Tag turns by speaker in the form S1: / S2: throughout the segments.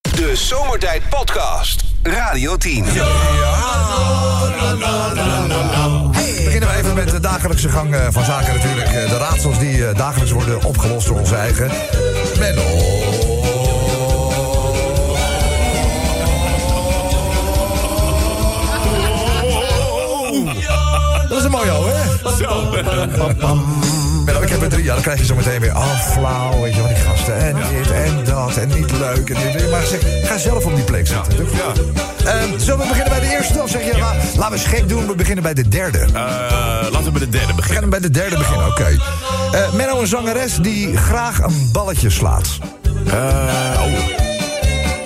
S1: De Zomertijd Podcast. Radio 10.
S2: Beginnen we even met de dagelijkse gang eh, van zaken natuurlijk. Eh, De raadsels die eh, dagelijks worden opgelost door onze eigen Menno. Dat is een mooie hoor, hè? Pam, pam. Menno, ik heb er drie. Ja, dan krijg je zo meteen weer ah, flauw, weet je wel, die gasten. En dit en dat en niet leuk. En dit. Maar zeg, ga zelf op die plek zitten. Doe goed. Ehm, zullen we beginnen bij de eerste? Of zeg je, nou, laten we eens gek doen, we beginnen bij de derde.
S3: Eh, laten we bij de derde
S2: We
S3: beginnen.
S2: gaan bij de derde beginnen, oké. Eh, Menno, een zangeres die graag een balletje slaat.
S3: Eh, oh.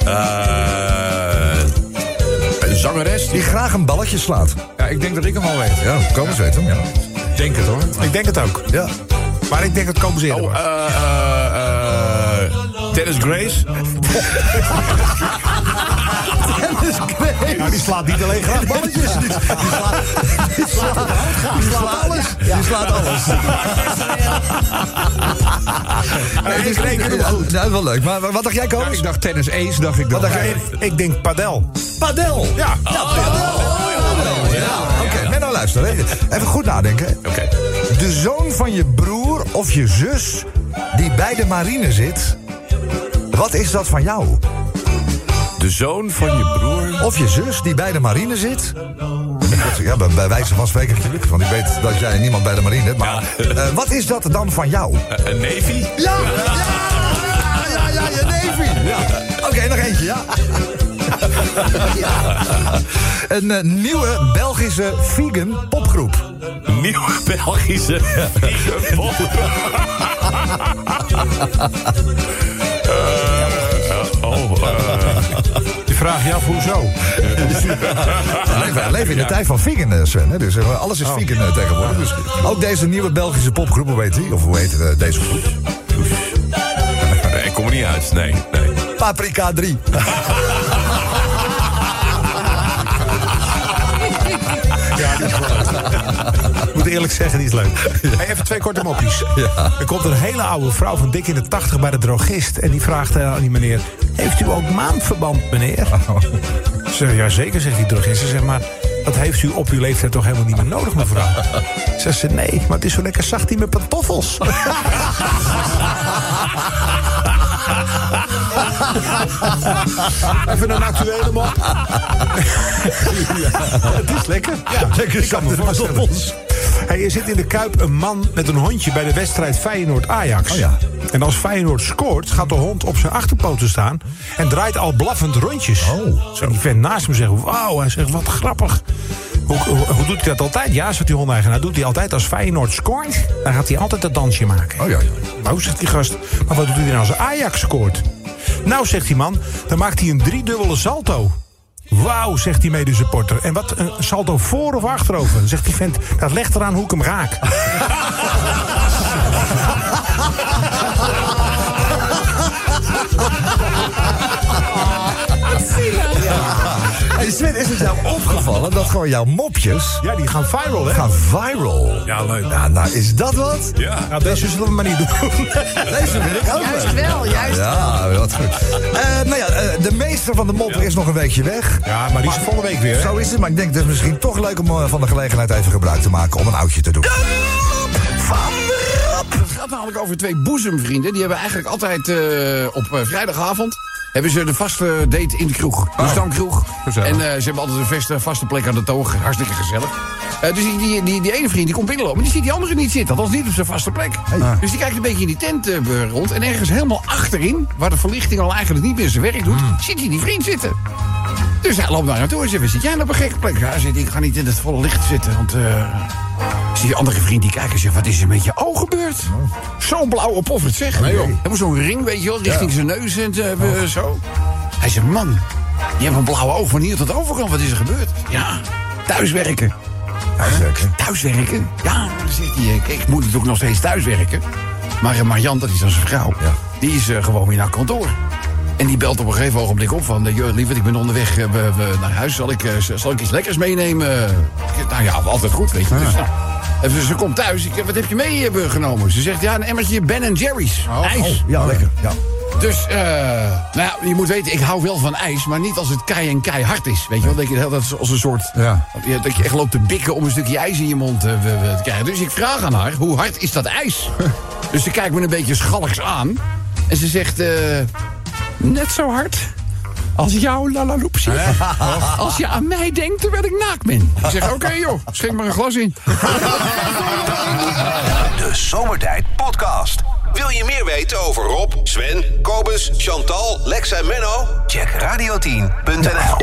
S3: Eh, een zangeres?
S2: Die graag een balletje slaat.
S4: Ja, ik denk dat ik hem al weet.
S2: Ja, kom eens weten. Ja.
S4: Ik denk het hoor. Ik denk het ook.
S2: ja.
S4: Maar ik denk het komen ze eerder.
S3: Oh,
S4: hoor.
S3: eh, eh, eh, Dennis Grace?
S2: Nou, die slaat niet alleen graag balletjes. Die, slaat, alles. Die slaat alles. Het is
S4: Nee, ik denk het
S2: goed. Ja, nou, wel leuk. Maar wat dacht jij, Koos?
S4: Ik dacht tennis ace, dacht ik dan.
S2: Wat dacht jij?
S4: Nee, ik denk padel.
S2: Padel.
S4: Ja.
S2: Padel, Oh, ja. Oké, nou Menno, luister. hè. Even goed nadenken. hè.
S3: Oké.
S2: De zoon van je broer of je zus die bij de marine zit. Wat is dat van jou?
S3: De zoon van je broer?
S2: Of je zus die bij de marine zit. Ja, bij, bij wijze van spreken natuurlijk. Want ik weet dat jij niemand bij de marine hebt. Maar eh, wat is dat dan van jou?
S3: Eh, Een Navy?
S2: Ja, ja, ja, ja, je neefie. Ja. Oké, nog eentje, ja. Ja. Een eh, nieuwe Belgische vegan popgroep.
S3: Nieuwe Belgische vliegen pop. Eh, oh, eh,
S4: Je vraagt je af hoezo.
S2: We leven, we leven in de tijd van vegan, eh, Sven. Hè? Dus eh, alles is vegan eh, tegenwoordig. Dus ook deze nieuwe Belgische popgroep, hoe heet die? Of hoe heet eh, deze groep?
S3: nee, ik kom er niet uit. Nee, nee.
S2: Paprika 3.
S4: Ik moet eerlijk zeggen, die is leuk. Hey, even twee korte moppies. Er komt een hele oude vrouw van dik in de tachtig bij de drogist. En die vraagt eh, aan die meneer... Heeft u ook maandverband, meneer? Ze zegt, ja zeker, zegt die drogist. Ze zegt, maar dat heeft u op uw leeftijd toch helemaal niet meer nodig, mevrouw? Zegt ze, nee, maar het is zo lekker zacht hier met pantoffels. Even een actuele mop. Het is lekker. Ja, lekker kan me voorstellen. Hey, er zit in de Kuip een man met een hondje bij de wedstrijd Feyenoord-Ajax.
S2: Oh ja.
S4: En als Feyenoord scoort, gaat de hond op zijn achterpoten staan... en draait al blaffend rondjes.
S2: Oh.
S4: En die vent naast hem zegt, wauw, hij zegt, wat grappig. Hoe, hoe, hoe doet hij dat altijd? Ja, zegt die hondeigenaar, doet hij altijd als Feyenoord scoort... dan gaat hij altijd dat dansje maken.
S2: Oh ja.
S4: Nou, zegt die gast, maar wat doet hij nou als Ajax scoort? Nou, zegt die man, dan maakt hij een driedubbele salto. Wauw, zegt die medesupporter. En wat een salto voor of achterover? Dan zegt die vent, dat legt eraan hoe ik hem raak.
S2: Hey Sven, is het jou opgevallen dat gewoon jouw mopjes
S4: Ja, die gaan viral, hè?
S2: gaan viral?
S3: Ja, leuk.
S2: Nou, nou is dat wat?
S3: Ja.
S4: Nou, deze zullen we maar niet doen.
S2: Deze vind ik ook
S5: Juist
S2: leuk.
S5: wel, juist.
S2: Ja, wat goed. Eh, nou ja, eh, de meester van de moppen is nog een weekje weg.
S4: Ja, maar die is volgende week weer, hè?
S2: Zo is het, maar ik denk dat het misschien toch leuk om eh, van de gelegenheid even gebruik te maken om een oudje te doen.
S5: Het gaat namelijk over twee boezemvrienden. Die hebben eigenlijk altijd eh, op eh, vrijdagavond... hebben ze de vaste date in de kroeg. De stamkroeg. En eh, ze hebben altijd een vaste, vaste plek aan de toog. Hartstikke gezellig. Eh, dus die, die, die, die ene vriend die komt binnenlopen... maar die ziet die andere niet zitten. Althans niet op zijn vaste plek. Dus die kijkt een beetje in die tent eh, rond. En ergens helemaal achterin... waar de verlichting al eigenlijk niet meer zijn werk doet... ziet hij die vriend zitten. Dus hij loopt daar naartoe en zegt... "Waar zit jij nou op een gekke plek? Ja, zit, ik ga niet in het volle licht zitten, want... eh, Zie je andere vriend die kijkt en zegt: Wat is er met je oog gebeurd? Zo'n blauwe poffert, zeg. Nee, joh. Hij moet zo'n ring, weet je wel, richting zijn neus en eh, zo. Hij zegt: Man, je hebt een blauwe oog van hier tot overkant. Wat is er gebeurd? Ja, thuiswerken.
S2: Zeker.
S5: Thuiswerken? Ja, dan zegt hij. eh, Kijk, ik moet natuurlijk nog steeds thuiswerken. Maar eh, Marjan, dat is dan zijn vrouw. Die is eh, gewoon weer naar kantoor. En die belt op een gegeven ogenblik op van... eh, joh, lieverd, ik ben onderweg eh, we- we naar huis. Zal ik, eh, z- zal ik iets lekkers meenemen? Ik- Nou ja, altijd goed, weet je. Dus, nou, en ze- ze komt eh, Oh, thuis. Ik, zeg, wat heb je meegenomen? Ze zegt, ja, een emmertje Ben Jerry's. IJs.
S2: Ja, lekker. Ja.
S5: Dus, eh, nou ja, je moet weten, ik hou wel van ijs, maar niet als het kei en keihard is. Weet je wel, dat je dat is als een soort...
S2: Ja.
S5: Ja, dat je echt loopt te bikken om een stukje ijs in je mond eh, we- we te krijgen. Dus ik vraag aan haar, hoe hard is dat ijs? dus ze kijkt me een beetje schalks aan. En ze zegt, eh, net zo hard als jouw lalaloepsie. Als je aan mij denkt, terwijl ik naakt ben. Ik zeg, oké joh, schenk maar een glas in.
S1: De Zomertijd Podcast. Wil je meer weten over Rob, Sven, Kobus, Chantal, Lex en Menno? Check radio10.nl.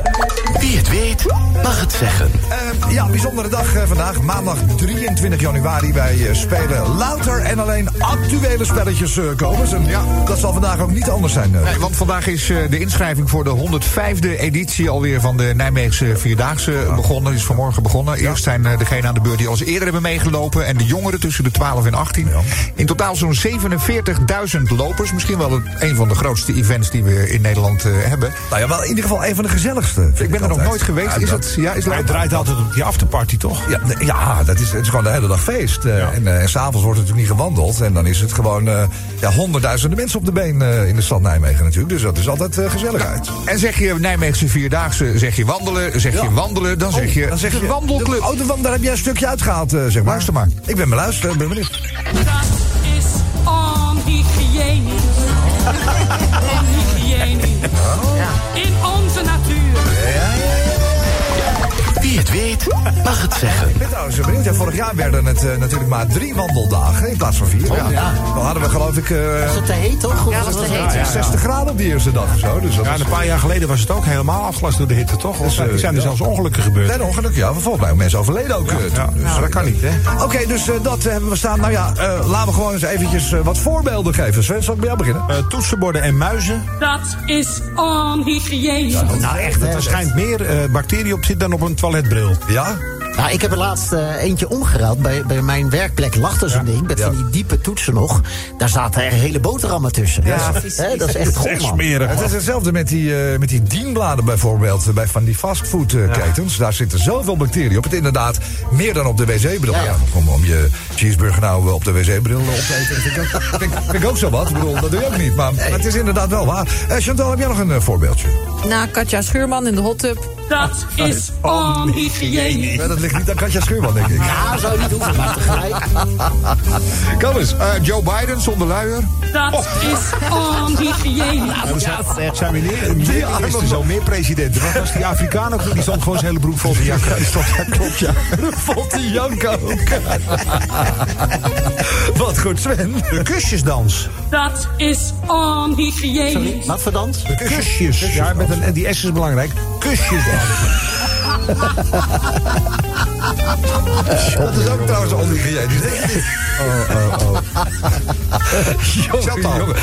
S6: Wie het weet, mag het zeggen.
S2: Eh, ja, bijzondere dag eh, vandaag. Maandag 23 januari. Wij eh, spelen louter en alleen actuele spelletjes eh komen. En ja, dat zal vandaag ook niet anders zijn. eh.
S7: Nee, want vandaag is eh, de inschrijving voor de 105e editie alweer van de Nijmeegse Vierdaagse begonnen. Is vanmorgen begonnen. Eerst zijn eh, degenen aan de beurt die al eens eerder hebben meegelopen. En de jongeren tussen de 12 en 18. In totaal zo'n 47.000 lopers. Misschien wel een, een van de grootste events die we in Nederland eh, hebben.
S2: Nou ja, wel in ieder geval een van de gezelligste. vind
S7: Ik ben er nog
S2: altijd.
S7: nooit geweest.
S2: Ja,
S7: Is
S2: dat- Nou,
S7: het, ja, is
S4: Maar het
S7: het
S4: draait altijd op die afterparty, toch?
S2: Ja, nee, ja dat is, het is gewoon de hele dag feest. Eh, En, eh, en s'avonds wordt er natuurlijk niet gewandeld. En dan is het gewoon eh, ja, honderdduizenden mensen op de been eh, in de stad Nijmegen natuurlijk. Dus dat is altijd eh, gezelligheid.
S7: En zeg je Nijmeegse Vierdaagse, zeg je wandelen, zeg je wandelen, dan zeg je,
S2: Oh, dan
S7: de wandelclub.
S2: Oh, de wand- daar heb jij een stukje uitgehaald, eh, zeg maar.
S7: Luister maar.
S2: Ik ben beluisterd, ik ben benieuwd.
S8: Dat is onhygiënisch. Onhygiënisch. In onze natuur.
S6: Wie het weet, mag het zeggen.
S2: Ik ben trouwens benieuwd. Ja, vorig jaar werden het eh, natuurlijk maar drie wandeldagen in plaats van vier.
S7: Oh,
S2: ja. Dan hadden we geloof ik eh,
S9: te heet, toch? Ja, dat was te heet.
S2: 60 graden op die eerste dag of zo. Dus dat
S4: Ja, en
S2: is
S4: een paar jaar geleden was het ook helemaal afgelast door de hitte, toch? eh, Er zijn, er zijn er zelfs ongelukken gebeurd.
S2: Net ongeluk, ja. want Volgens mij ook mensen overleden ook. eh, toen.
S4: ja.
S2: Dus,
S4: Nou, dat kan
S2: eh,
S4: niet, hè?
S2: Oké, dus eh, dat eh, hebben we staan. Nou ja, eh, laten we gewoon eens eventjes eh, wat voorbeelden geven. Sven, zal ik bij jou beginnen?
S4: Eh, toetsenborden en muizen.
S8: Dat is onhygiënisch.
S4: Nou echt, er schijnt meer eh bacterie op zit dan op een toiletbril.
S2: Ja?
S9: Nou, ik heb er laatst eh, eentje omgeruild. Bij, bij mijn werkplek lag er zo'n ding met
S2: Ja.
S9: van die diepe toetsen nog. Daar zaten er hele boterhammen tussen. Ja, dat is echt goed,
S4: Echt
S9: man.
S4: smerig.
S2: Het is hetzelfde met die, eh, met die dienbladen bijvoorbeeld. eh, Bij van die fastfoodketens. Daar zitten zoveel bacteriën op. Het inderdaad meer dan op de wc-bril. Ja.
S9: Ja.
S2: om, om je cheeseburger nou op de wc-bril op te eten. vind, ik ook, vind, ik- vind ik ook zo wat. Ik bedoel, dat doe je ook niet. Maar het is inderdaad wel waar. Eh, Chantal, heb jij nog een eh, voorbeeldje?
S10: Na Katja Schuurman in de hot tub.
S8: Dat is onhygiënisch.
S2: Ja, dat ligt niet aan Katja Schuurman, denk ik.
S9: Ja, zou niet hoeven, maar tegelijk.
S7: Kom eens. Eh, Joe Biden zonder luier.
S8: Dat is onhygiënisch.
S4: Zijn we neer?
S2: Die arme
S4: is er
S2: man.
S4: zo meer presidenten. Wat was die Afrikaan ook? Die stond gewoon zijn hele broek vol te jakken. klopt, ja.
S2: Fotti Janko ook. Wat goed, Sven.
S4: De kusjesdans.
S8: Dat is onhygiënisch.
S9: Wat voor dans?
S4: De kusjes. Ja, met een, en die S is belangrijk. Kusjesdans.
S2: Dat is ook trouwens onhygiënisch. denk ik. Oh, oh, oh. Jongen, jongen.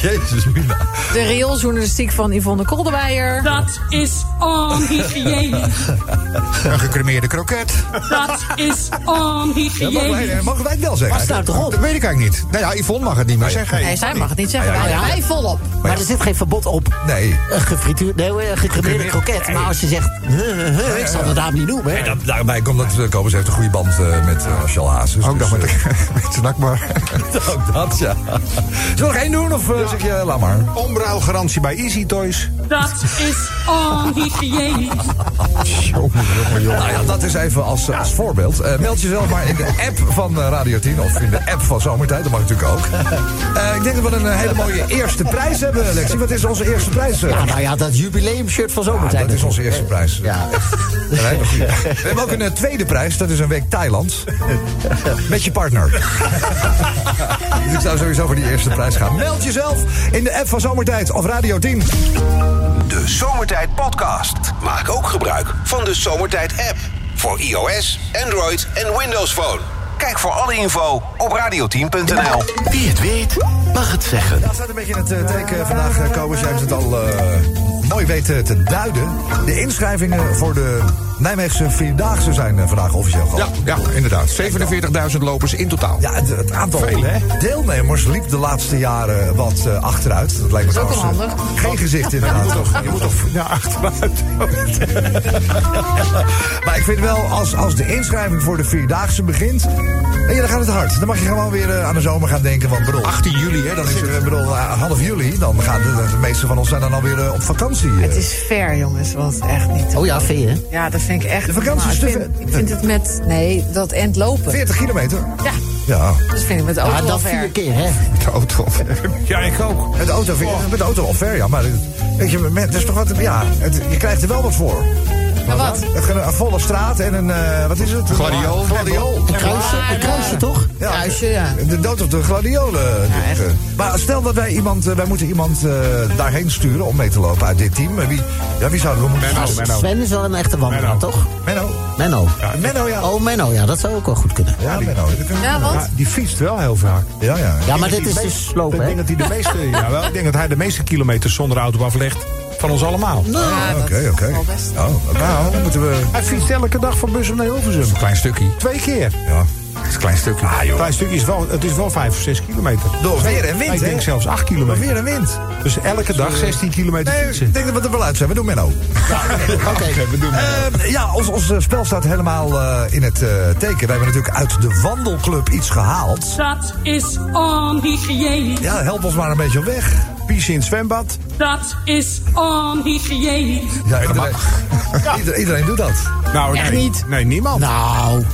S2: Jezus, Mina.
S10: De riooljournalistiek van Yvonne Kolderweijer.
S8: Dat is onhygiënisch.
S7: Een gecremeerde kroket.
S8: Dat is
S2: Mogen wij,
S8: onhygiënisch.
S2: mogen wij het wel
S9: Pas
S2: zeggen?
S9: daar toch
S7: Dat
S9: op.
S7: weet ik eigenlijk niet. Nou ja, Yvonne mag het niet meer zeggen.
S10: Nee, zij mag het niet zeggen.
S9: Ah, ja, ja.
S10: Wij volop.
S9: Maar er zit geen verbod op.
S2: Nee.
S9: Een gefrituurd, nee, een gecremeerde kroket. Maar als je zegt, huh, huh, huh, ik zal de naam niet noemen.
S2: En dat, daarbij komt dat eh, Kobus heeft een goede band eh, met eh Shal Hazes.
S7: Ook
S2: dus,
S7: nog met,
S2: eh,
S7: met zijn akbar.
S2: ook dat, ja. Zullen we nog één doen of eh, zeg je, laat maar.
S4: Omruilgarantie bij Easy Toys.
S8: Dat is onhygiënisch.
S2: Nou ja, dat is even als, als voorbeeld. Eh, meld jezelf maar in de app van eh, Radio 10 of in de app van Zomertijd. Dat mag natuurlijk ook. Eh, ik denk dat we een eh, hele mooie eerste prijs hebben, Lexi. Wat is onze eerste prijs? eh?
S9: Ja, nou ja, dat jubileumshirt van
S2: Ah,
S9: zometeen.
S2: dat is onze eerste prijs.
S9: Ja.
S2: Een hele goeie. We hebben ook een eh, tweede prijs. Dat is een week Thailand. Met je partner. dus ik zou sowieso voor die eerste prijs gaan. Meld jezelf in de app van Zomertijd of Radio 10.
S1: De Zomertijd Podcast. Maak ook gebruik van de Zomertijd app. Voor iOS, Android en Windows Phone. Kijk voor alle info op radio10.nl.
S6: Wie het weet, mag het zeggen.
S2: Nou, Dat staat een beetje in het eh, teken vandaag, eh, Kobus. Jij hebt het al eh, mooi mooi weet eh, te duiden. De inschrijvingen voor de Nijmeegse Vierdaagse zijn eh, vandaag officieel
S7: Ja,
S2: geopend.
S7: ja, inderdaad. 47.000 lopers in totaal.
S2: Ja, het, het aantal
S7: Veel, hè?
S2: deelnemers liep de laatste jaren wat eh, achteruit. Dat lijkt me
S10: Dat is ook
S2: trouwens,
S10: wel
S2: eh,
S10: handig.
S2: Geen gezicht inderdaad. Je moet toch naar achteruit. maar ik vind wel, als, als de inschrijving voor de Vierdaagse begint... eh, Ja, dan gaat het hard. Dan mag je gewoon weer eh, aan de zomer gaan denken. Want bedoel,
S7: 18 juli, hè,
S2: dan is het eh, bedoel, eh, half juli. Dan gaan de, de meeste van ons zijn dan alweer eh, op vakantie. eh.
S10: Het is ver, jongens, want echt niet.
S9: Oh ja, vind je?
S10: Ja, dat vind ik echt.
S2: De vakantie is
S10: niet normaal.
S2: te
S10: ik vind, ik vind het met. Nee, dat end lopen.
S2: 40 kilometer.
S10: Ja,
S2: Ja.
S10: dat vind ik met de auto
S9: Ja,
S10: wel
S9: Ah, dat vier
S10: ver.
S9: keer, hè?
S7: De auto.
S4: Ja, ik ook.
S2: Met de auto, vind- met de auto wel ver, ja. Maar het- weet je, met, dat is toch wat, ja, het- je krijgt er wel wat voor.
S10: Maar wat?
S2: Een, een volle straat en een, eh, wat is het?
S7: Gladiool.
S2: Een Gladiool.
S9: Een kruisje, een kruisje toch?
S2: Ja,
S10: Kruisje, ja.
S2: De dood op de gladiolen. dus, eh,
S10: Ja, echt.
S2: maar stel dat wij iemand, eh, wij moeten iemand eh, daarheen sturen om mee te lopen uit dit team. Eh, Wie, ja, wie zouden we moeten
S4: Menno, Menno.
S9: Sven is wel een echte wandelaar, toch?
S2: Oh, Menno.
S9: Menno.
S2: Menno, ja.
S9: Oh, Menno, ja, dat zou ook wel goed kunnen.
S2: Ja, Menno. dat kunnen we
S10: Ja,
S2: doen.
S10: want.
S4: Die fietst wel heel vaak.
S2: Ja, ja.
S9: Ja, maar dit is dus
S4: Ik
S9: lopen, hè?
S4: denk dat hij de meeste, ja, wel, ik denk dat hij de meeste kilometers zonder auto aflegt van ons allemaal.
S10: Ja, dat
S2: Ah, Oké,
S10: is
S2: oké.
S10: wel best.
S2: Oh, oké. nou, dan moeten we...
S4: Hij fietst elke dag van Bussum naar Hilversum.
S7: Klein stukje.
S4: Twee keer.
S2: Ja.
S7: Het is een klein stukje. Ah, joh.
S4: Klein stukje is wel, het is wel vijf of zes kilometer.
S2: Door weer en wind,
S4: Ik denk
S2: hè?
S4: zelfs acht
S2: Door
S4: kilometer.
S2: weer en wind.
S4: Dus elke dag 16 kilometer
S2: Nee,
S4: fietsen.
S2: ik denk dat we er wel uit zijn. We doen Menno.
S7: Oké, we doen het.
S2: Eh, ja, ons, ons eh, spel staat helemaal eh, in het eh, teken. We hebben natuurlijk uit de wandelclub iets gehaald.
S8: Dat is onhygiënisch.
S2: Ja, help ons maar een beetje op weg.
S4: Pies in het zwembad.
S8: Dat is onhygiënisch.
S2: Ja, iedereen, Ieder- iedereen doet dat.
S4: Nou, nee,
S10: niet.
S4: Nee, niemand.
S9: Nou,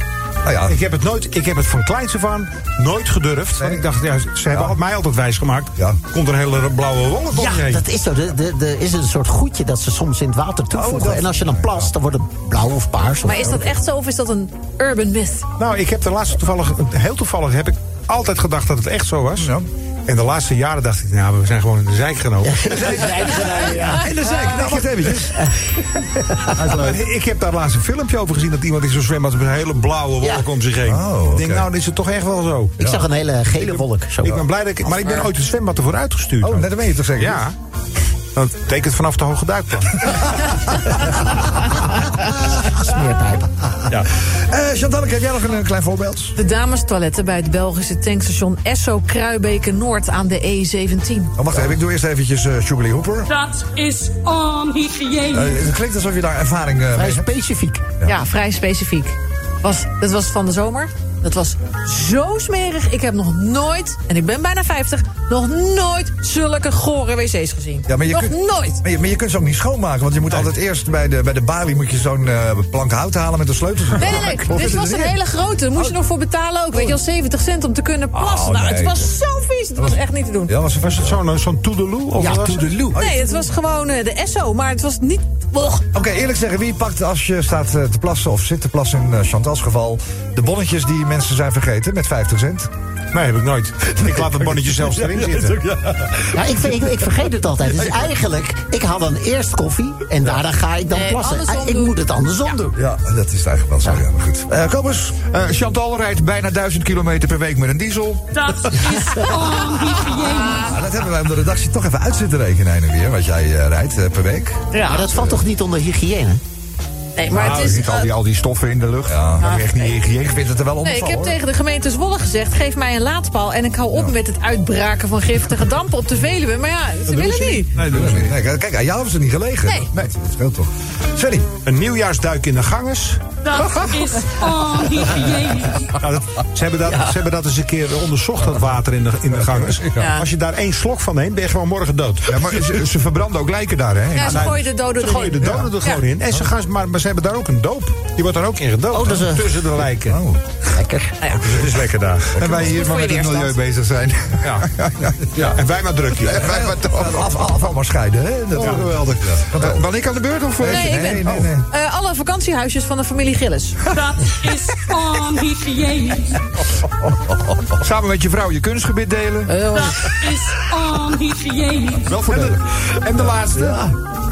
S2: Nou ja,
S4: Ik heb het nooit, ik heb het van kleins af aan nooit gedurfd. Want
S2: Nee.
S4: ik dacht, ja, ze hebben al- mij altijd wijs gemaakt.
S2: Ja.
S4: Komt er een hele blauwe wolk om je
S9: ja,
S4: heen.
S9: dat is zo. Er de, de, is een soort goedje dat ze soms in het water toevoegen.
S2: dat-
S9: en als je dan plast, dan wordt het blauw of paars. of
S10: Maar is
S9: zo.
S10: dat echt zo of is dat een urban myth?
S4: Nou, ik heb de laatste toevallig, heel toevallig heb ik altijd gedacht dat het echt zo was.
S2: Ja.
S4: En de laatste jaren dacht ik, nou, we zijn gewoon in de zijk genomen.
S2: en dan zei ik, nou, wacht eventjes.
S4: Maar Ik heb daar laatst een filmpje over gezien dat iemand in zo'n zwembad met een hele blauwe wolk
S9: Ja.
S4: om zich heen.
S2: Oh, oké.
S4: Ik denk, nou, dit is het toch echt wel zo.
S9: Ik zag een hele gele wolk. Zo.
S4: Ik ben blij dat ik, maar ik ben ooit het zwembad ervoor uitgestuurd.
S2: Oh, net ben je toch zeker?
S4: Ja. Dat betekent vanaf de hoge duikplan.
S9: Smeerpijp.
S4: ja.
S2: Eh Chantanneke, heb jij nog een, eh, klein voorbeeld?
S10: De damestoiletten bij het Belgische tankstation Esso Kruibeke Noord aan de E E17.
S2: Oh, wacht even, ik doe eerst eventjes eh Jubilee Hooper.
S8: Dat is onhygiënisch.
S2: Eh, het klinkt alsof je daar ervaring eh,
S9: Vrij
S2: mee hebt.
S9: specifiek.
S10: Ja, vrij specifiek. Was, dat was van de zomer. Dat was zo smerig. Ik heb nog nooit, en ik ben bijna 50, nog nooit zulke gore wc's gezien.
S2: Ja, maar je
S10: nog
S2: kunt-
S10: nooit.
S2: Maar je, maar je kunt ze ook niet schoonmaken, want je moet altijd eerst bij de, bij de balie moet je zo'n eh, plank hout halen met een sleutel.
S10: Nee, nee, nee. Dit Dus was een hele grote. Daar moest je nog voor betalen ook. Weet je wel, 70 cent om te kunnen plassen.
S2: Oh,
S10: nou, het
S2: nee.
S10: was zo vies. Het was echt niet te doen.
S2: Ja, oh, was,
S4: Was het zo'n eh, zo'n toedeloe? Of
S9: Ja,
S4: wat was het?
S9: toedeloe.
S10: Nee, het was gewoon eh, de SO, maar het was niet... Och,
S2: Oké, eerlijk zeggen, wie pakt als je staat eh, te plassen of zit te plassen in eh, Chantal's geval... de bonnetjes die mensen zijn vergeten met 50 cent?
S4: Nee, heb ik nooit. Ik laat het bonnetje zelfs erin zitten.
S9: Ja, ik, ik, ik vergeet het altijd. Dus eigenlijk, ik haal dan eerst koffie en daarna ga ik dan
S10: Nee,
S9: plassen.
S10: andersom
S9: Ah, Ik
S10: doen.
S9: moet het andersom doen.
S2: Ja, dat is het eigenlijk wel zo, ja, maar goed. Eh kom eens.
S7: Eh, Chantal rijdt bijna 1000 kilometer per week met een diesel.
S8: Dat is onhygiënisch.
S2: Nou, dat hebben wij om de redactie toch even uit zitten rekenen heen en weer... wat jij eh, rijdt eh, per week.
S9: Maar dat valt toch niet onder hygiëne?
S10: nee, maar
S7: Nou,
S10: het is...
S7: ziet al,
S10: eh,
S7: die, al die stoffen in de lucht.
S2: Ja,
S7: Echt niet hygiënisch.
S2: ik vind het er wel onder
S10: Nee, ik
S2: van,
S10: heb
S2: hoor.
S10: tegen de gemeente Zwolle gezegd... geef mij een laadpaal en ik hou op met het uitbraken van giftige dampen op de Veluwe. Maar ja, ze willen niet.
S2: Nee, dat is niet. Nee, kijk, aan jou hebben ze niet gelegen.
S10: Nee.
S2: dat scheelt toch. Sorry.
S4: Een nieuwjaarsduik in de ganges.
S8: Dat is onhygiënisch.
S4: Nou, dat- ze, hebben dat, ze hebben dat eens een keer onderzocht, dat water in de, in de ganges.
S10: Ja.
S4: Als je daar één slok van neemt, ben je gewoon morgen dood.
S7: Ja, maar ze, ze verbranden ook lijken daar, hè?
S10: Ja, ze gooien de doden
S4: Ze gooien de
S10: erin.
S4: doden er gewoon in. En ze gaan, maar, maar ze hebben daar ook een doop. Die wordt daar ook in gedoopt.
S9: Oh, dat is een-
S4: Tussen de lijken.
S2: Oh.
S9: Lekker.
S4: Dat is lekker daar.
S7: En wij hier
S10: Ah, voor
S7: maar
S10: je
S7: met het
S10: weerstand.
S7: milieu bezig zijn.
S4: Ja. Ja. En wij maar drukje.
S7: En wij maar toch.
S2: Af, af, af maar scheiden, hè? Dat is geweldig. Want, eh,
S7: Eh, Ben ik aan de beurt of... eh?
S10: Nee, ik ben...
S2: nee, nee, nee.
S10: Eh, alle vakantiehuisjes van de familie Gillis.
S8: Dat is onhygiënisch.
S7: Samen met je vrouw je kunstgebied
S2: Eh.
S7: delen.
S8: Dat is onhygiënisch.
S7: Wel voor en de, en de laatste.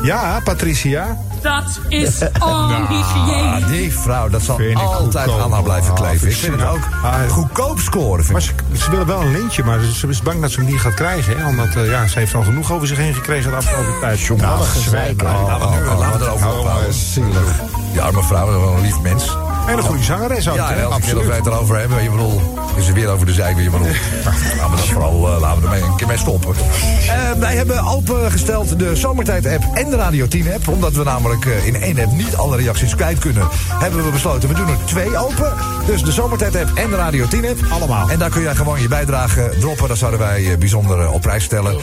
S4: Ja, Patricia.
S8: Dat is onhygiënisch.
S2: die vrouw, dat zal altijd aan haar blijven kleven. Ik vind het ook
S4: Ah,
S2: goedkoop scoren. Vind
S4: Maar ze, ze willen wel een lintje, maar ze, ze is bang dat ze hem niet gaat krijgen. Hè? Omdat eh, ja, ze heeft al genoeg over zich heen gekregen de afgelopen tijd. Nou,
S2: ik. laten we nu-
S4: Oh.
S2: laten we erover
S4: eh,
S2: praten. Die arme vrouw, dat is wel een lief mens.
S4: En een goede zangeres ook.
S2: Ja,
S4: hè?
S2: en elke keer dat
S4: Absoluut.
S2: wij het erover hebben, je bedoel, is er weer over de zeik weer, maar bedoel. Nou, Laten we dat vooral, eh, laten we ermee een keer mee stoppen. Eh, wij hebben opengesteld de Zomertijd-app en de Radio 10-app. Omdat we namelijk eh, in één app niet alle reacties kwijt kunnen, hebben we besloten, we doen er twee open. Dus de Zomertijd-app en de Radio 10-app.
S4: Allemaal.
S2: En daar kun jij gewoon je bijdrage droppen, daar zouden wij eh, bijzonder eh, op prijs stellen.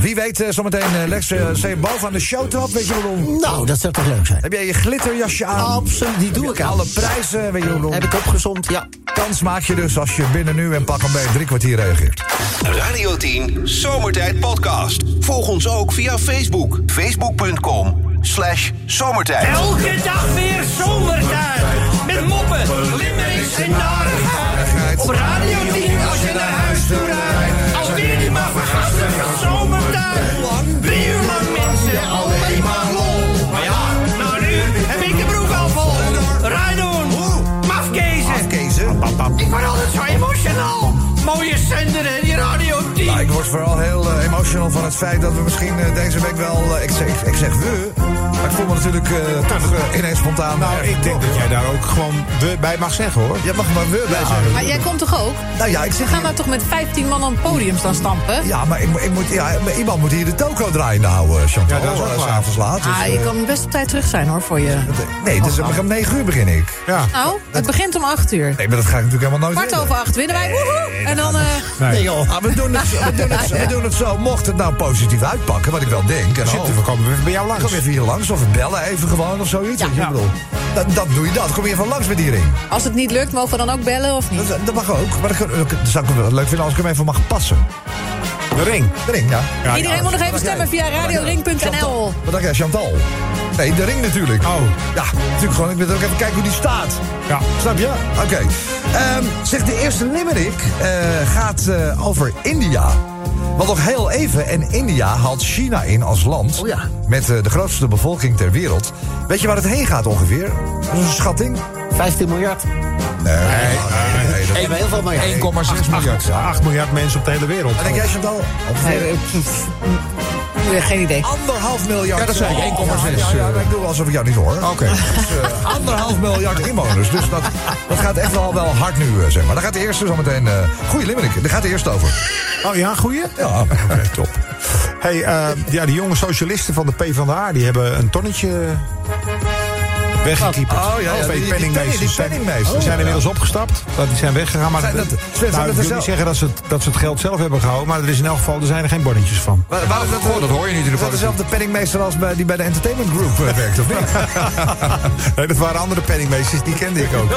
S2: Wie weet, eh, zometeen eh, Lex, eh, zijn boven aan de showtrap, weet je wat ik bedoel?
S9: Nou, dat zou toch leuk zijn?
S2: Heb jij je glitterjasje aan?
S9: Absoluut, die doe
S2: Heb je
S9: ik aan.
S2: Alle prijzen, weet je wat ik bedoel?
S9: Heb ik opgezond, ja.
S2: Kans maak je dus als je binnen nu en pak een bij drie kwartier reageert.
S1: Radio 10 Zomertijd Podcast. Volg ons ook via Facebook. Facebook.com slash zomertijd.
S11: Elke dag weer zomertijd. Met moppen, limmerings en narigheid. Op Radio 10 als je naar huis toe rijdt. Alweer die maffe gasten van zomertijd. Drie uur lang mensen, alleen maar lol. Maar ja, nou nu heb ik de broek al vol. Rijdoen, mafkezen. Ik word altijd zo emotional. Mooie zender en die Radio 10.
S2: Nou, ik word vooral heel eh, emotional van het feit dat we misschien eh, deze week wel... eh, ik, zeg, ik, ik zeg we, maar ik voel me natuurlijk eh, toch eh, ineens spontaan.
S4: Nou, ik denk dat jij daar ook gewoon we bij mag zeggen hoor.
S2: Je mag maar we bij zeggen.
S10: Maar jij komt toch ook?
S2: Nou ja, ik
S10: We
S2: zeg...
S10: gaan nou toch met 15 man aan het podium staan stampen?
S2: Ja, maar, ik, mo- ik moet, ja, maar iemand moet hier de toko draaiende houden, Chantal.
S4: Ja, dat is ook
S2: eh,
S4: waar.
S2: s'avonds laat. dus,
S10: Ah, je
S2: eh,
S10: kan best op tijd terug zijn hoor voor je.
S2: dat-
S4: Oh,
S2: Nee,
S4: nou.
S2: dus om 9 uur begin ik.
S4: Ja.
S10: Nou, het begint om 8 uur.
S2: Nee, maar dat ga ik natuurlijk helemaal nooit
S10: Kwart
S2: willen.
S10: over 8 winnen wij. Woehoe! En dan. eh,
S2: Nee, joh. Ah, we, doen het, zo- we, doen het, zo- we doen het zo. Mocht het nou positief uitpakken, wat ik wel denk. En
S4: Zitten we
S2: oh,
S4: komen even bij jou
S2: Kom
S4: langs.
S2: even hier langs of bellen even gewoon of zoiets. weet je, ik bedoel, dat, dat doe je dat. Kom je even langs met die ring.
S10: Als het niet lukt, mogen we dan ook bellen of niet?
S2: Dat, dat mag ook. Maar dat, kun- dat zou ik wel leuk vinden als ik hem even mag passen.
S4: De ring.
S2: De ring, ja.
S4: Ja,
S10: Iedereen moet nog even stemmen via radioring.nl.
S2: Wat dacht jij, Chantal? Nee, de ring natuurlijk.
S4: Oh.
S2: Ja, natuurlijk gewoon. Ik wil ook even kijken hoe die staat.
S4: Ja.
S2: Snap je? Oké. Ehm, zeg, de eerste limerick eh, gaat eh, over India. Want nog heel even, en India haalt China in als land...
S9: Oh ja.
S2: met eh, de grootste bevolking ter wereld. Weet je waar het heen gaat ongeveer? Dat is een schatting.
S9: 15 miljard.
S2: Nee, nee, nee, dat-
S9: Nee, maar heel veel miljard.
S7: 1,6 miljard.
S4: 8 miljard mensen op de hele wereld.
S2: En denk jij, Chantal? Op
S10: Nee, eh, pff, mm, Geen idee.
S2: anderhalf miljard...
S7: Ja, dat zei ik, 1,6,
S2: Ja, ja, maar ik doe alsof ik jou niet hoor.
S7: Oké.
S2: Eh, anderhalf miljard inwoners. Dus dat, dat gaat echt wel, wel hard nu, eh, zeg maar. Daar gaat de eerste zometeen... eh goeie limerick, daar gaat de eerste over.
S4: Oh ja, goeie?
S2: Ja, oké, top.
S4: Hey, eh, ja, die jonge socialisten van de PvdA die hebben een tonnetje weggekieperd.
S2: Wat? Oh, ja, ja,
S4: twee
S2: die- die
S4: penningmeesters.
S2: penning- die
S4: zijn-
S2: penningmeesters.
S4: Ze zijn
S2: Oh,
S4: inmiddels opgestapt, dat die zijn weggegaan. Maar
S2: Zijn dat- zijn dat
S4: nou, ik
S2: er
S4: wil
S2: zelf-
S4: niet zeggen dat ze, het, dat ze het geld zelf hebben gehouden... maar er, is in elk geval, er zijn er geen bonnetjes van.
S2: Waar, waar is dat,
S7: Goh, dat hoor je niet in de
S2: is dat
S7: politiek.
S2: dezelfde penningmeester als bij, die bij de entertainment group eh, werkt, of niet?
S4: Nee, dat waren andere penningmeesters, die kende ik ook.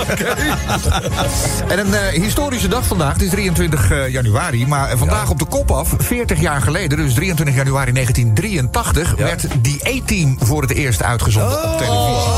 S7: En een eh, historische dag vandaag. Het is 23 eh, januari. Maar eh, vandaag op de kop af, 40 jaar geleden, dus 23 januari 1983, werd die A-team voor het eerst uitgezonden op televisie.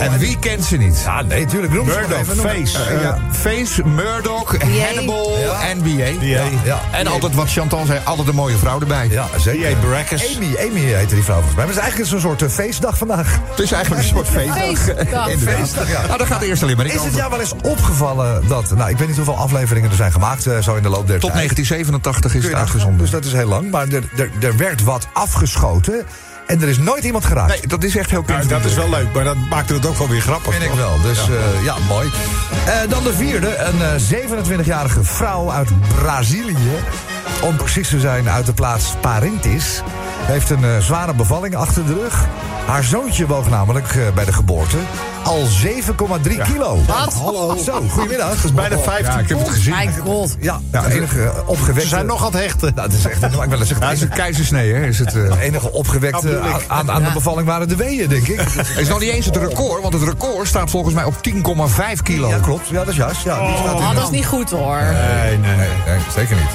S7: En wie kent ze niet?
S2: Ja, nee, tuurlijk. Noem ze maar
S4: Murdoch,
S2: even, noem-
S4: Face.
S2: Eh, ja.
S7: Face, Murdoch, Hannibal, NBA.
S4: Ja.
S2: Ja.
S7: En altijd wat Chantal zei, altijd een mooie vrouw erbij.
S2: Ja, zeker.
S4: J.A. Barackes.
S2: Amy, Amy heette die vrouw volgens mij. Maar het is eigenlijk zo'n soort eh, feestdag vandaag.
S7: Het is eigenlijk een soort feestdag.
S10: Feestdag.
S7: Inderdaad.
S2: Feestdag, ja.
S7: Nou, daar gaat de eerste limerick
S2: Is het
S7: over.
S2: jou wel eens opgevallen dat... Nou, ik weet niet hoeveel afleveringen er zijn gemaakt eh, zo in de loop der
S7: Tot
S2: tijd.
S7: 1987 is
S2: Kun
S7: het
S2: je nagaan,
S7: uitgezonden.
S2: Dus dat is heel lang. Maar er, er, er werd wat afgeschoten. En er is nooit iemand geraakt.
S7: Nee, dat is echt heel
S4: Ja,
S7: pinch.
S4: dat is wel leuk, maar dat maakte het ook wel weer grappig.
S2: Vind ik
S4: toch?
S2: wel. Dus ja, ja mooi. Eh, dan de vierde. Een eh, 27-jarige vrouw uit Brazilië. Om precies te zijn uit de plaats Parintis. Heeft een eh, zware bevalling achter de rug. Haar zoontje woog namelijk eh, bij de geboorte al 7,3 kilo. Wat? Hallo. Oh Zo, goedemiddag. Dat is
S4: Bijna 15
S7: Ja, ik heb het
S4: pond.
S7: gezien.
S10: Mijn god.
S2: Ja, de enige eh, opgewekte...
S4: Ze zijn nog aan het hechten.
S2: Nou, dat is echt... maar Ik wil zeggen,
S7: Ja,
S2: de
S7: het is
S2: enige-
S7: een keizersnee, hè? Is het, eh.
S2: de enige opgewekte
S4: bedoel
S2: aan,
S4: ik.
S2: aan, aan de bevalling waren de weeën, denk ik.
S7: Het is nog niet eens het record, want het record staat volgens mij op 10,5 kilo.
S2: Ja, klopt. Ja, dat is juist. Ja, die staat in-
S10: Oh, dat is niet goed hoor.
S4: Nee, nee.
S2: Nee, nee, zeker niet.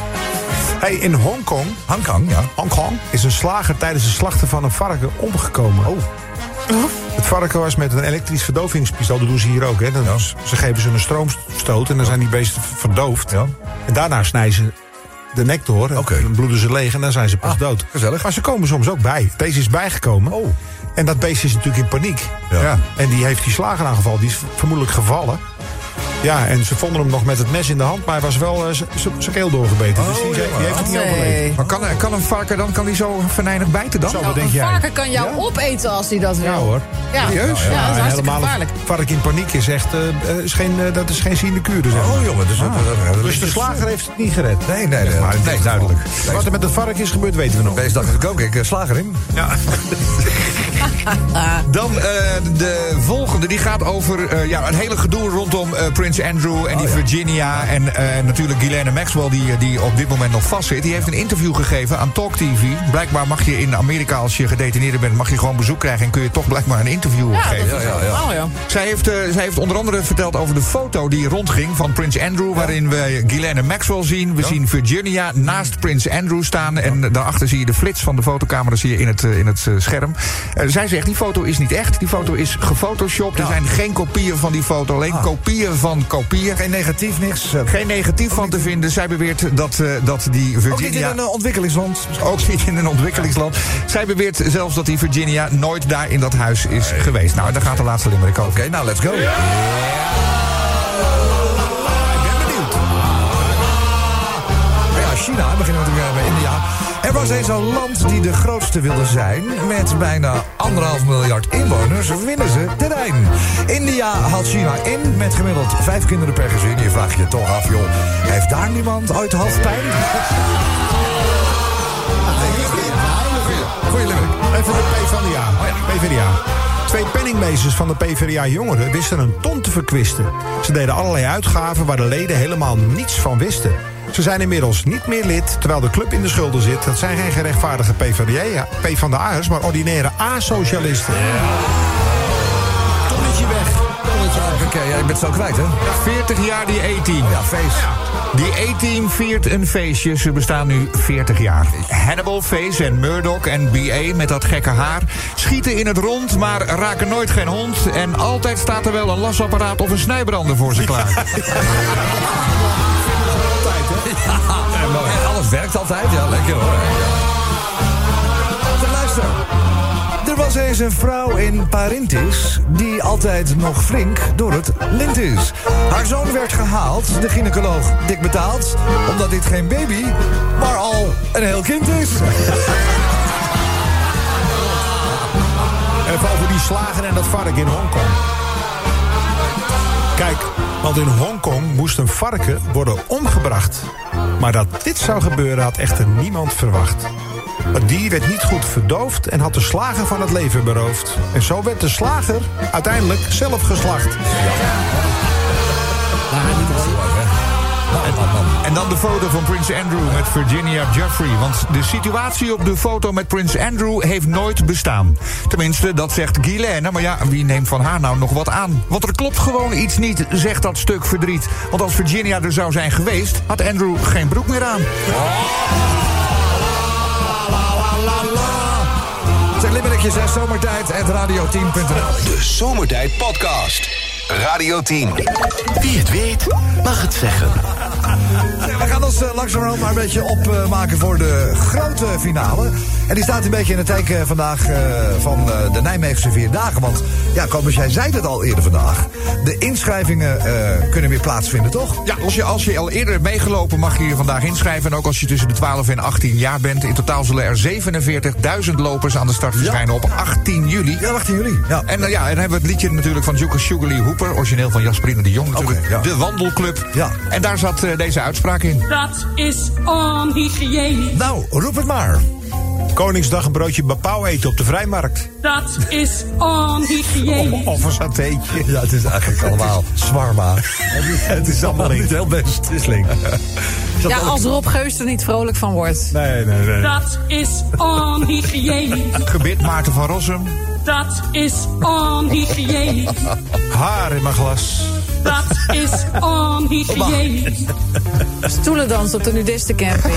S4: Hey, in Hongkong
S2: Hongkong, ja.
S4: Hongkong is een slager tijdens het slachten van een varken omgekomen. Oh. Het varken was met een elektrisch verdovingspistool. Dat doen ze hier ook. Hè. Dan Ze geven ze een stroomstoot en dan zijn die beesten verdoofd. En daarna snijden ze de nectar. Oké. Dan bloeden ze leeg en dan zijn ze pas dood. Gezellig. Maar ze komen soms ook bij. Deze is bijgekomen. Oh. En dat beest is natuurlijk in paniek. Ja. En die heeft die slager aangevallen. Die is vermoedelijk gevallen. Ja, en ze vonden hem nog met het mes in de hand, maar hij was wel eh, z- z- zijn keel doorgebeten. dus die, die heeft het niet overleefd.
S2: Maar kan, kan een varken dan, kan die zo venijnig bijten dan?
S4: Zo, wat denk jij?
S10: Varken kan jou opeten als hij dat wil.
S4: Ja hoor.
S10: Ja,
S4: Serieus?
S10: eh, ja, dat is hartstikke
S4: helemaal
S10: gevaarlijk.
S4: een vark in paniek is echt, eh, eh, is geen, eh, dat is geen ziende kuur. Zeg
S12: Oh, jongen, dus dat-
S2: Ah.
S12: dat- dat-
S4: dus de slager heeft het niet gered.
S12: Nee, nee, nee.
S4: Zeg
S12: dat-
S4: maar, in dit
S12: nee,
S4: geval.
S12: duidelijk.
S4: Wat er met het vark is gebeurd, weten we nog.
S12: Deze dacht ik ook, ik eh, slaag erin.
S4: Ja.
S2: Dan eh, de volgende, die gaat over eh, ja, een hele gedoe rondom eh, Prins Andrew
S4: Oh,
S2: en die Virginia. En eh, natuurlijk Ghislaine Maxwell, die, eh, die op dit moment nog vastzit. Die heeft een interview gegeven aan Talk TV. Blijkbaar mag je in Amerika, als je gedetineerd bent, mag je gewoon bezoek krijgen. En kun je toch blijkbaar een interview geven.
S10: Oh, ja.
S2: Zij heeft, eh, zij heeft onder andere verteld over de foto die rondging van Prins Andrew... waarin we Ghislaine Maxwell zien. We zien Virginia naast Prins Andrew staan. En daarachter zie je de flits van de fotocamera zie je in het, eh, in het eh, scherm. Eh, zij zegt, die foto is niet echt. Die foto is gefotoshopt. Er zijn geen kopieën van die foto. Alleen kopieën van kopieën.
S12: Ah. Geen negatief, niks. eh,
S2: Geen negatief van te vinden. Zij beweert dat, eh, dat die Virginia...
S12: Ook niet in een eh, ontwikkelingsland.
S2: Ook niet in een ontwikkelingsland. Zij beweert zelfs dat die Virginia nooit daar in dat huis is geweest. Nou, daar gaat de laatste limerick over.
S12: Oké, nou, let's go. Nou Ja, China, we beginnen natuurlijk eh, bij India. Er was eens een land die de grootste wilde zijn. Met bijna anderhalf miljard inwoners winnen ze terrein. India haalt China in met gemiddeld vijf kinderen per gezin. Je vraagt je toch af, joh, heeft daar niemand ooit hoofdpijn?
S4: Goeie limerick. Even de PvdA. PvdA. Twee penningmeesters van de PvdA jongeren wisten een ton te verkwisten. Ze deden allerlei uitgaven waar de leden helemaal niets van wisten. Ze zijn inmiddels niet meer lid, terwijl de club in de schulden zit. Dat zijn geen gerechtvaardige PvdA, PvdA'ers, maar ordinaire A-socialisten. Tonnetje weg.
S12: Oké, ja, ik ben het zo kwijt, hè?
S2: 40 jaar die E-team.
S12: Ja, feest.
S2: Die E-team viert een feestje. Ze bestaan nu 40 jaar. Hannibal, Face en Murdoch en BA met dat gekke haar schieten in het rond, maar raken nooit geen hond. En altijd staat er wel een lasapparaat of een snijbrander voor ze klaar.
S12: Ja, mooi. En alles werkt altijd, ja, lekker hoor. Ja. Luister. Er was eens een vrouw in Parintis die altijd nog flink door het lint is. Haar zoon werd gehaald, de gynaecoloog dik betaald... omdat dit geen baby, maar al een heel kind is.
S4: Even over Eh, die slager en dat vark in Hongkong. Kijk, want in Hongkong moest een varken worden omgebracht. Maar dat dit zou gebeuren had echter niemand verwacht. Het dier werd niet goed verdoofd en had de slager van het leven beroofd. En zo werd de slager uiteindelijk zelf geslacht.
S2: En dan de foto van Prins Andrew met Virginia Jeffrey. Want de situatie op de foto met Prins Andrew heeft nooit bestaan. Tenminste, dat zegt Guylaine. Maar ja, wie neemt van haar nou nog wat aan? Want er klopt gewoon iets niet, zegt dat stuk verdriet. Want als Virginia er zou zijn geweest, had Andrew geen broek meer aan.
S12: Zeg limmerikjes, hè, zomertijd at radio10.nl.
S1: De Zomertijd Podcast. Radio 10.
S9: Wie het weet, mag het zeggen.
S12: We gaan ons eh, langzamerhand maar een beetje opmaken voor de grote finale. En die staat een beetje in het teken vandaag eh, van eh, de Nijmeegse Vier Dagen. Want ja, Kobus, jij zei het al eerder vandaag. De inschrijvingen eh, kunnen weer plaatsvinden, toch?
S2: Ja, als je, als je al eerder hebt meegelopen, mag je je vandaag inschrijven. En ook als je tussen de 12 en 18 jaar bent. In totaal zullen er 47.000 lopers aan de start verschijnen op 18 juli.
S12: Ja, wachten jullie. Ja.
S2: En eh, ja, en dan hebben we het liedje natuurlijk van Juke Sugarly Hooper. Origineel van Jasperine de Jong natuurlijk.
S12: Oké, ja.
S2: De Wandelclub.
S12: Ja.
S2: En daar zat eh, deze uitspraak in.
S8: Dat is onhygiënisch.
S12: Nou, roep het maar.
S4: Koningsdag een broodje bapau eten op de vrijmarkt.
S8: Dat is onhygiënisch.
S4: Of een satéetje.
S12: Ja, het is eigenlijk allemaal zwarma.
S4: Het is allemaal
S12: Niet heel best. Het is link.
S10: ja, als Rob Geus er niet vrolijk van wordt.
S4: Nee, nee, nee.
S8: Dat is onhygiënisch.
S2: Gebit Maarten van Rossum.
S8: Dat is onhygiënisch.
S4: Haar in mijn glas.
S8: Dat is onhygiënisch.
S10: Stoelendans op de nudiste camping.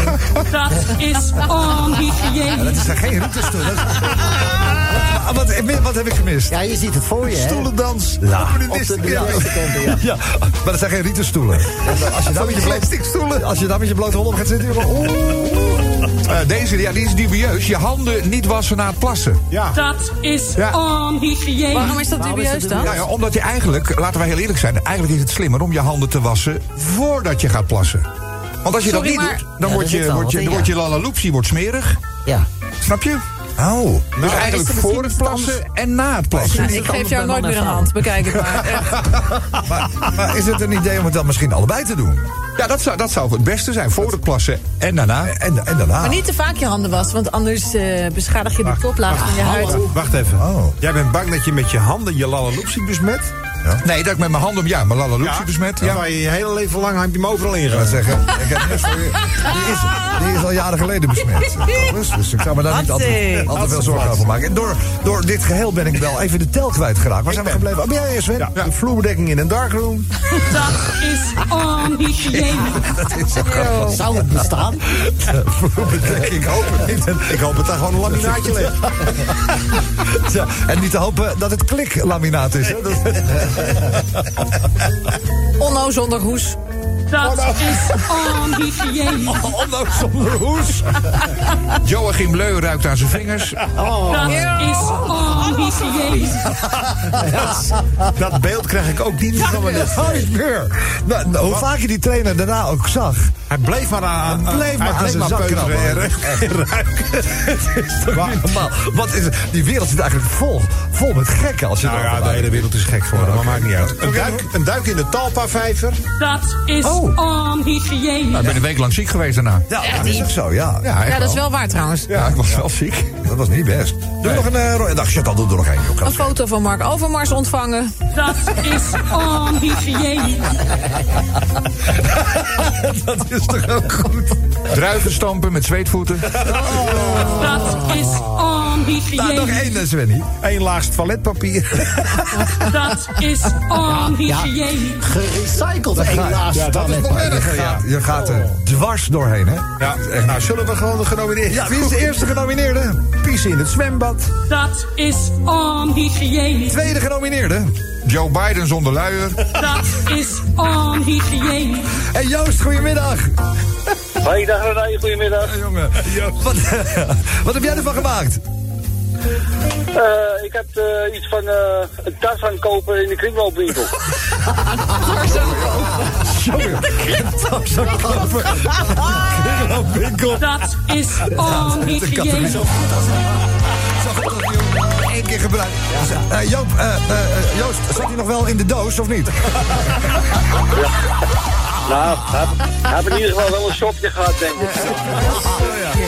S8: Dat is
S2: Ja, dat
S8: onhygiënisch.
S2: is daar geen routestoel. Dat is- Wat, wat, wat heb ik gemist? Ja,
S9: je ziet het voor je, hè?
S2: Stoelendans.
S9: Ja,
S2: Op
S9: op de
S2: nudistcamping.
S9: nudistcamping, ja.
S2: ja. Maar dat zijn geen rietenstoelen. Als je daar met je plastic stoelen. Als je daar met je blote hond op gaat zitten, jongen.
S7: Eh, deze ja, die is dubieus. Je handen niet wassen na het plassen.
S4: Ja.
S8: Dat is onhygiënisch.
S10: Waarom is dat dubieus dan?
S7: Nou ja, omdat je eigenlijk, laten wij heel eerlijk zijn, eigenlijk is het slimmer om je handen te wassen voordat je gaat plassen. Want als je
S10: Sorry,
S7: dat niet
S10: maar-
S7: doet,
S10: Ja,
S7: dan wordt
S10: daar
S7: je,
S10: zit wel
S7: wordt je,
S10: wat
S7: dan
S10: in,
S7: wordt
S10: ja.
S7: je lalaloopsie wordt smerig.
S9: Ja.
S7: Snap je? Oh.
S2: Nou,
S7: dus eigenlijk
S10: is er
S7: voor
S10: misschien
S7: het plassen en na het plassen.
S10: Nou, ik geef jou nooit meer een hand. Bekijk het maar. Echt.
S2: Maar is het een idee om het dan misschien allebei te doen?
S7: Ja, dat zou, dat zou het beste zijn. Voor het plassen en daarna.
S2: En, en daarna.
S10: Maar Eh, niet te vaak je handen was, want anders eh, beschadig je de toplaag van je huid.
S4: Wacht even.
S2: Oh.
S4: Jij bent bang dat je met je handen je lalaloopsie besmet?
S7: Nee, dat ik met mijn handen, ja, mijn lalaloopsie besmet. Ja.
S4: Dan waar je je hele leven lang heb je hem overal in
S2: Ik zou zeggen, ik heb niks voor je. Die is, die is al jaren geleden besmet. Dus, dus ik zou me daar niet altijd,
S10: Hatsé.
S2: altijd wel zorgen over maken. En door, door dit geheel ben ik wel even de tel kwijtgeraakt. Waar zijn we gebleven? Oh, ben jij eerst, Sven? De vloerbedekking in een darkroom.
S8: Dat is onhygiënisch.
S2: Dat is zo grappig.
S9: Zou het bestaan?
S2: Vloerbedekking, Eh, ik hoop het niet.
S4: Ik hoop dat daar gewoon een laminaatje ligt.
S2: Ja, en niet te hopen dat het kliklaminaat is. Hè? Dat,
S10: Onno zonder hoes.
S8: Dat is onhygiënisch.
S7: Ondanks zonder hoes. Joachim Leu ruikt aan zijn vingers.
S8: Dat is Oh. onhygiënisch.
S4: Dat beeld krijg ik ook niet meer van mijn
S2: dat
S4: lichaam.
S2: is meer. Nou, nou, hoe vaak je die trainer daarna ook zag.
S4: Hij bleef maar aan, aan,
S2: Bleef maar
S4: Ah, hij
S2: aan zijn zak
S4: peuteren
S2: krabben.
S4: en ruiken en ruiken.
S2: Het is toch niet normaal. Wat is, het? die wereld zit eigenlijk vol, vol met gekken. Als je
S4: Nou
S2: erover
S4: ja, de
S2: nadenkt.
S4: hele wereld is gek geworden, maar maakt niet uit. Een
S2: Oké.
S4: duik, een duik in de Talpa-vijver.
S8: Dat is
S7: Ik
S8: onhygiënisch.
S7: ben een week lang ziek geweest daarna.
S2: Ja, dat is ook zo, ja.
S7: Ja, echt
S10: Ja, dat is
S7: wel.
S10: wel waar trouwens.
S7: Ja, ik was wel ziek.
S2: Dat was niet best. Doe nog een eh, ro- dag, shut al, doe er nog één. joh.
S10: Een foto van Mark Overmars ontvangen.
S8: Dat is onhygiënisch.
S2: Dat is toch ook goed?
S7: Druiven stampen met zweetvoeten.
S8: Dat is
S2: Nou, nog
S8: onhygiënisch.
S2: één, eh, Svenny.
S4: Eén laagst toiletpapier.
S8: Dat is onhygiënisch.
S9: Gerecycled helaas.
S4: ja, dat is nog
S9: toiletpapier.
S4: erger,
S2: Je
S4: ja.
S2: gaat, je gaat er dwars doorheen, hè?
S4: Ja, nou zullen we gewoon de genomineerd.
S2: Ja, wie is de eerste genomineerde?
S4: Pissen in het zwembad.
S8: Dat is onhygiënisch.
S2: Tweede genomineerde.
S7: Joe Biden zonder luier.
S8: Dat is onhygiënisch.
S2: En Joost, goedemiddag.
S13: Hoi, dag René, goedemiddag.
S2: Eh, jongen, wat, wat heb jij ervan gemaakt?
S13: Eh, ik heb eh, iets van eh, een tas gaan kopen in de kringloopwinkel.
S2: Zo kopen.
S8: Dat is onhygiënisch.
S2: Zo goed dat die jongen één keer gebruikt. Dus, eh, Joop, eh, eh, eh, Joost, zat hij nog wel in de doos of niet?
S13: nou, heb, heb in ieder geval wel een shopje gehad, denk ik.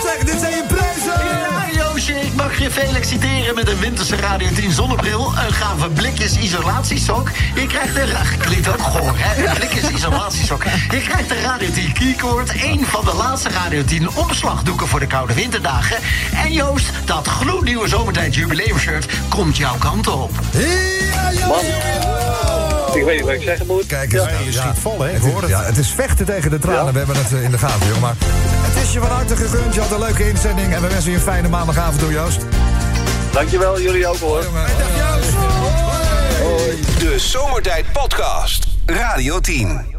S2: Zeg, dit zijn je prijzen!
S6: Ja, Joosje, ik mag je feliciteren met een winterse Radio 10 zonnebril, een gave blikjes isolatiesok. Je krijgt een, ra- klinkt ook goor, hè, een blikjes isolatiesok. Je krijgt een Radio 10 keycord, een van de laatste Radio 10 omslagdoeken voor de koude winterdagen. En Joost, dat gloednieuwe zomertijd jubileumshirt komt jouw kant op.
S2: Ja, Joost!
S13: Ik weet niet wat ik zeggen moet.
S2: Kijk eens.
S4: Nee, je schiet vol, hè? Ik
S2: Het
S4: hoor
S2: is,
S4: het.
S2: ja, het is vechten tegen de tranen. We hebben het eh, in de gaten, joh. Maar het is je van harte gegund. Je had een leuke inzending. En we wensen je een fijne maandagavond toe, Joost.
S13: Dankjewel, jullie ook hoor.
S2: eh,
S1: De Zomertijd Podcast. Radio 10.